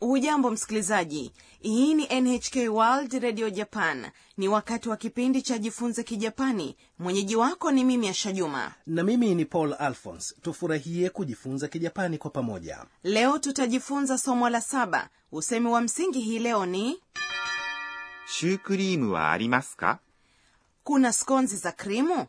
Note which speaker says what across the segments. Speaker 1: hujambo msikilizaji hii ni nhk world radio japan ni wakati wa kipindi cha jifunze kijapani mwenyeji wako ni mimi asha juma
Speaker 2: na mimi ni paul alphons tufurahie kujifunza kijapani kwa pamoja
Speaker 1: leo tutajifunza somo la saba usemi wa msingi hii leo ni
Speaker 3: シュークリームはありますか
Speaker 1: kuna skonzi za krimu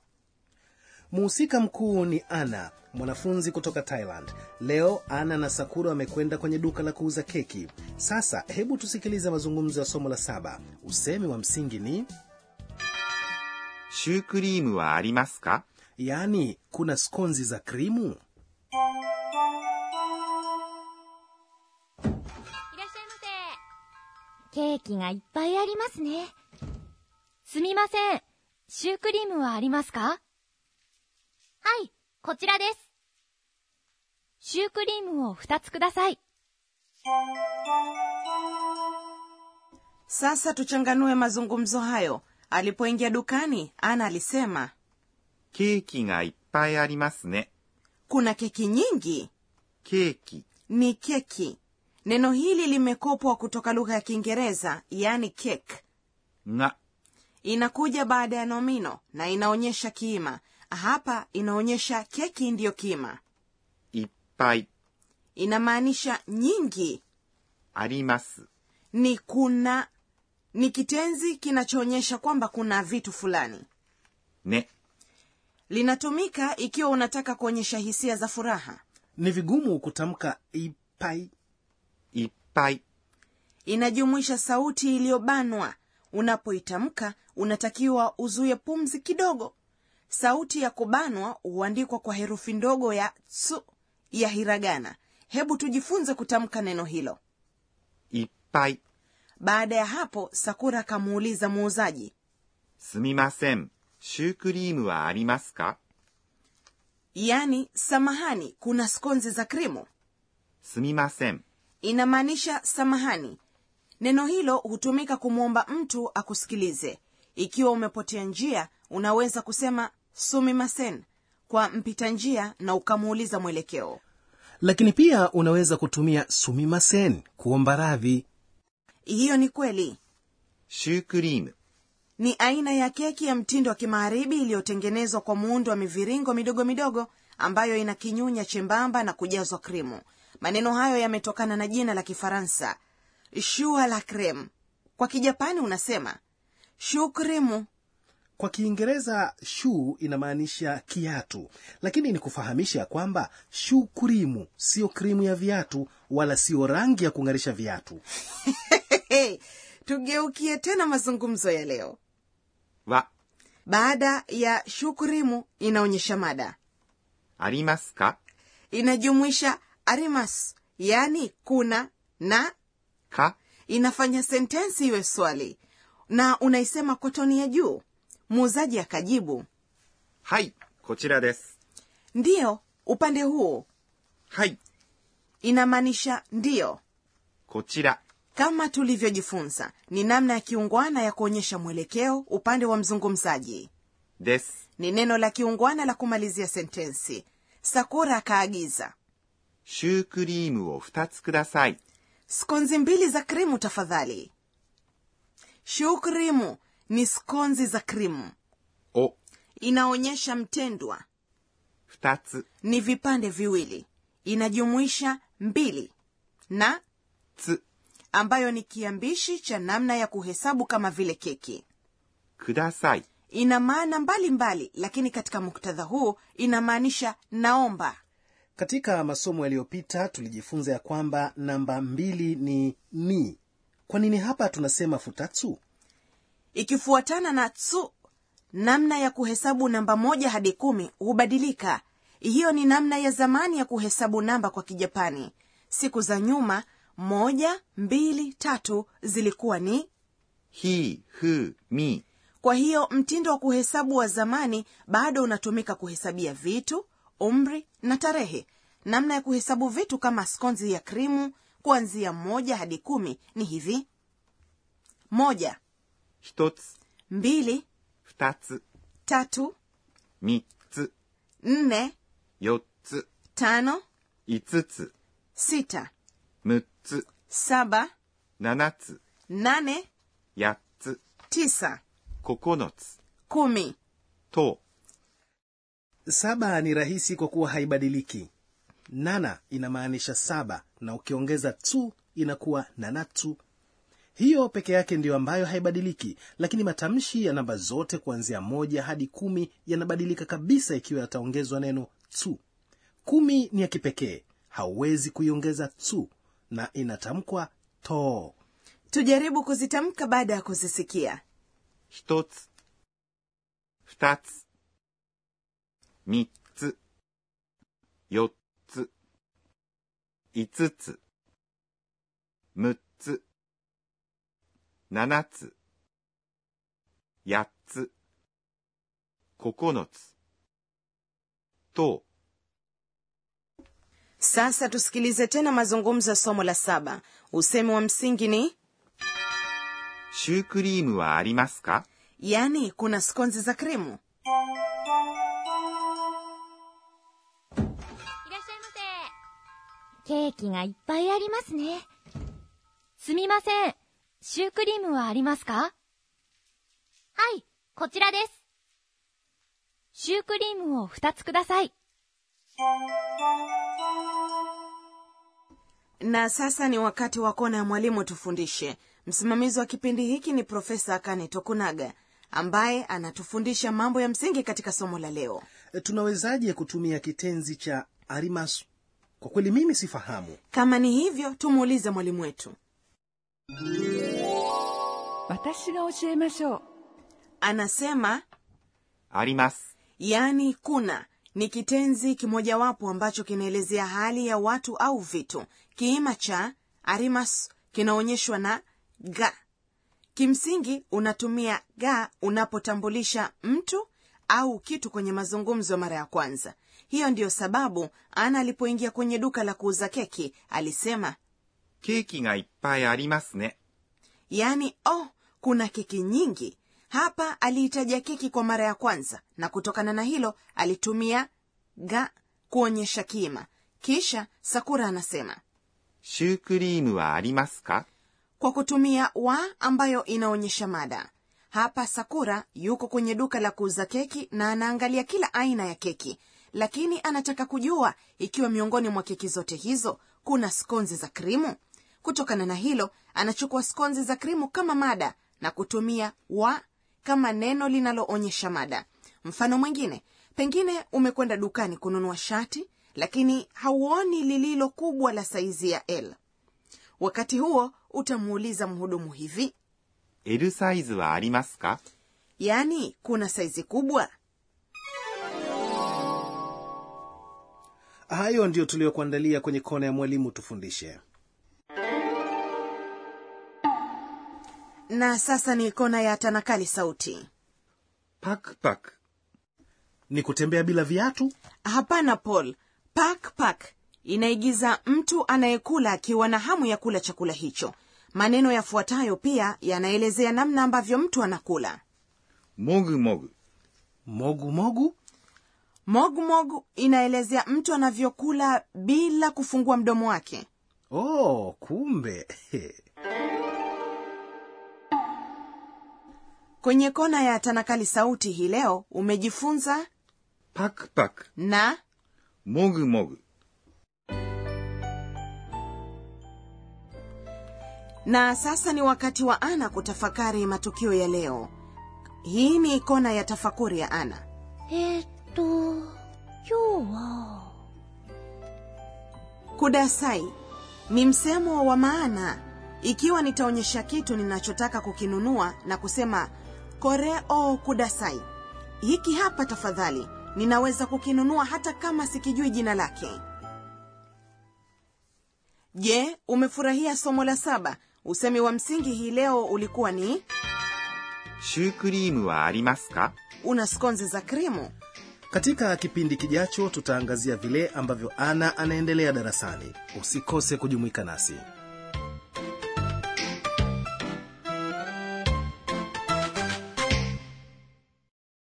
Speaker 2: muhusika mkuu ni ana mwanafunzi kutoka thailand leo ana na sakura wamekwenda kwenye duka la kuuza keki sasa hebu tusikilize mazungumzo ya somo la saba usemi wa msingi ni
Speaker 3: シュークリームはありますか
Speaker 2: yaani kuna skonzi za krimu
Speaker 4: いらっしゃいませ。ケーキがいっぱいありますね。すみません。シュークリームはありますかはい、こちらです。シュークリームを2つください。
Speaker 1: sasa tuchanganue mazungumzo hayo alipoingia dukani ana alisema
Speaker 3: ケーキがいっぱいありますね。
Speaker 1: kuna keki nyingi
Speaker 3: ケーキ
Speaker 1: ni keki neno hili limekopwa kutoka lugha ya kiingereza yani cake
Speaker 3: が
Speaker 1: inakuja baada ya nomino na inaonyesha kiima hapa inaonyesha keki ndiyo kiima
Speaker 3: いっぱい
Speaker 1: inamaanisha nyingi
Speaker 3: あります。
Speaker 1: ni kuna ni kitenzi kinachoonyesha kwamba kuna vitu fulani
Speaker 3: ね。
Speaker 1: linatumika ikiwa unataka kuonyesha hisia za furaha
Speaker 2: ni vigumu kutamka ipai
Speaker 3: いっぱい。
Speaker 1: inajumuisha sauti iliyobanwa unapoitamka unatakiwa uzuie pumzi kidogo sauti ya kubanwa huandikwa kwa herufi ndogo ya tsu ya hiragana hebu tujifunze kutamka neno hilo
Speaker 3: いっぱい。
Speaker 1: baadaやhapo sakura akamuuliza muuzaji
Speaker 3: すみません。シュークリームはありますか
Speaker 1: yaani samahani kuna skonzi za krimu
Speaker 3: すみません。
Speaker 1: inamaanisha samahani neno hilo hutumika kumwomba mtu akusikilize ikiwa umepotea njia unaweza kusema sumimasen kwa mpita njia na ukamuuliza mwelekeo
Speaker 2: lakini pia unaweza kutumia sumimasen kuomba radhi
Speaker 1: hiyo ni kweli
Speaker 3: シュークリーム。
Speaker 1: ni aina ya keki ya mtindo wa kimagharibi iliyotengenezwa kwa muundo wa miviringo midogo midogo ambayo ina kinyunya chembamba na kujazwa krimu maneno hayo yametokana na jina la kifaransa shua la krem kwa kijapani unasema shu krimu
Speaker 2: kwa kiingereza shuu inamaanisha kiatu lakini ni kufahamisha ya kwamba shuu krimu siyo krimu ya viatu wala siyo rangi ya kung'arisha viatu
Speaker 1: Hey, tugeukie tena mazungumzo ya leo
Speaker 3: は
Speaker 1: baada ya shukurimu inaonyesha mada
Speaker 3: ありますか
Speaker 1: inajumuisha arimas yaani kuna na
Speaker 3: か
Speaker 1: inafanya sentensi iwe swali na unaisema kwa toni ya juu muuzaji akajibu
Speaker 3: はい。こちらです。
Speaker 1: ndiyo upande huo
Speaker 3: はい。
Speaker 1: inamaanisha ndiyo
Speaker 3: こちら。
Speaker 1: kama tulivyojifunza ni namna ya kiungwana ya kuonyesha mwelekeo upande wa mzungumzaji
Speaker 3: です。
Speaker 1: ni neno la kiungwana la kumalizia sentensi sakura akaagiza
Speaker 3: シュークリームを2つください。
Speaker 1: skonzi mbili za krimu tafadhali shuu krimu ni skonzi za krimu
Speaker 3: を
Speaker 1: inaonyesha mtendwa
Speaker 3: 2つ
Speaker 1: ni vipande viwili inajumuisha mbili na
Speaker 3: つ
Speaker 1: ambayo ni kiambishi cha namna ya kuhesabu kama vile keki
Speaker 3: ください。
Speaker 1: ina maana mbalimbali lakini katika muktadha huu inamaanisha naomba
Speaker 2: katika masomo yaliyopita tulijifunza ya kwamba namba mbili ni ni kwa nini hapa tunasema futatsu
Speaker 1: ikifuatana na tsu namna ya kuhesabu namba moja hadi kumi hubadilika hiyo ni namna ya zamani ya kuhesabu namba kwa kijapani siku za nyuma moja mbili tatu zilikuwa ni
Speaker 3: ひ、ふ、み、
Speaker 1: kwa hiyo mtindo wa kuhesabu wa zamani bado unatumika kuhesabia vitu umri na tarehe namna ya kuhesabu vitu kama skonzi ya krimu kuanzia moja hadi kumi ni hivi moja
Speaker 3: 1つ、
Speaker 1: mbili
Speaker 3: 2つ、
Speaker 1: tatu
Speaker 3: 3つ、
Speaker 1: nne
Speaker 3: 4つ、
Speaker 1: tano
Speaker 3: 5つ、
Speaker 1: sita
Speaker 3: 6つ、
Speaker 1: saba,
Speaker 3: 7つ、
Speaker 1: nane,
Speaker 3: 8つ、
Speaker 1: tisa,
Speaker 3: 9つ、
Speaker 1: kumi.
Speaker 3: と、
Speaker 2: Saba ni rahisi kwa kuwa haibadiliki. Nana inamaanisha saba na ukiongeza tu inakuwa nanatu. Hiyo peke yake ndiyo ambayo haibadiliki, lakini matamshi ya namba zote kuanzia moja hadi kumi yanabadilika kabisa ikiwa yataongezwa neno tu. Kumi ni ya kipekee, hauwezi kuiongeza tu na inatamkwa to.
Speaker 1: Tujaribu kuzitamka baada ya kuzisikia.
Speaker 3: 1つ、2つ、3つ、4つ、5つ、6つ、7つ、8つ、9つ、と、
Speaker 1: Sasa tusikilize tena mazungumzo ya somo la saba. Usemi wa msingi ni
Speaker 3: シュークリームはありますか
Speaker 1: yaani, kuna skonzi za krimu.
Speaker 4: いらっしゃいませ。ケーキがいっぱいありますね。すみません。シュークリームはありますかはい、こちらです。シュークリームを2つください。
Speaker 1: Na sasa ni wakati wa kona ya mwalimu tufundishe. Msimamizi wa kipindi hiki ni Profesa Akane Tokunaga ambaye anatufundisha mambo ya msingi katika somo la leo.
Speaker 2: Tunawezaje kutumia kitenzi cha arimasu? Kwa kweli mimi sifahamu.
Speaker 1: Kama ni hivyo, tumuulize mwalimu wetu.
Speaker 5: 私が教えましょう
Speaker 1: Anasema
Speaker 3: あります。
Speaker 1: yaani kuna ni kitenzi kimojawapo ambacho kinaelezea hali ya watu au vitu. Kiima cha arimas kinaonyeshwa na ga. Kimsingi unatumia ga unapotambulisha mtu au kitu kwenye mazungumzo mara ya kwanza. Hiyo ndiyo sababu Ana alipoingia kwenye duka la kuuza keki alisema,
Speaker 3: ケーキがいっぱいありますね。
Speaker 1: yaani oh, kuna keki nyingi hapa. Aliitaja keki kwa mara ya kwanza, na kutokana na hilo alitumia ga kuonyesha kiima. Kisha Sakura anasema
Speaker 3: シュークリームはありますか
Speaker 1: kwa kutumia wa ambayo inaonyesha mada. Hapa Sakura yuko kwenye duka la kuuza keki na anaangalia kila aina ya keki, lakini anataka kujua ikiwa miongoni mwa keki zote hizo kuna skonzi za krimu. Kutokana na hilo, anachukua skonzi za krimu kama mada na kutumia wa kama neno linaloonyesha mada. Mfano mwingine, pengine umekwenda dukani kununua shati, lakini hauoni lililo kubwa la saizi ya L. Wakati huo utamuuliza mhudumu hivi,
Speaker 3: ?L サイズはありますか
Speaker 1: yaani kuna saizi kubwa?
Speaker 2: Hayo ndiyo tuliyokuandalia kwenye kona ya mwalimu tufundishe.
Speaker 1: Na sasa ni kona ya tanakali sauti.
Speaker 3: パクパク。
Speaker 2: Ni kutembea bila viatu.
Speaker 1: Hapana Paul, pak pak inaigiza mtu anayekula akiwa na hamu ya kula chakula hicho. Maneno yafuatayo pia yanaelezea namna ambavyo mtu anakula.
Speaker 3: もぐもぐ。
Speaker 2: Mogu mogu.
Speaker 1: Mogmog inaelezea mtu anavyokula bila kufungua mdomo wake.
Speaker 2: Oh, kumbe
Speaker 1: Kwenye kona ya tanakali sauti hii leo umejifunza
Speaker 3: パクパク。
Speaker 1: na
Speaker 3: もぐもぐ。
Speaker 1: Na sasa ni wakati wa Ana kutafakari matukio ya leo. Hii ni kona ya tafakuri ya Ana.
Speaker 4: えー、っと、今日は、
Speaker 1: Kudasai ni msemo wa maana ikiwa nitaonyesha kitu ninachotaka kukinunua na kusema koreo kudasai, hiki hapa tafadhali, ninaweza kukinunua hata kama sikijui jina lake. Je, umefurahia somo la saba? Usemi wa msingi hii leo ulikuwa ni
Speaker 3: シュークリームはありますか
Speaker 1: una skonzi za krimu.
Speaker 2: katika kipindi kijacho tutaangazia vile ambavyo Ana anaendelea darasani. Usikose kujumuika nasi.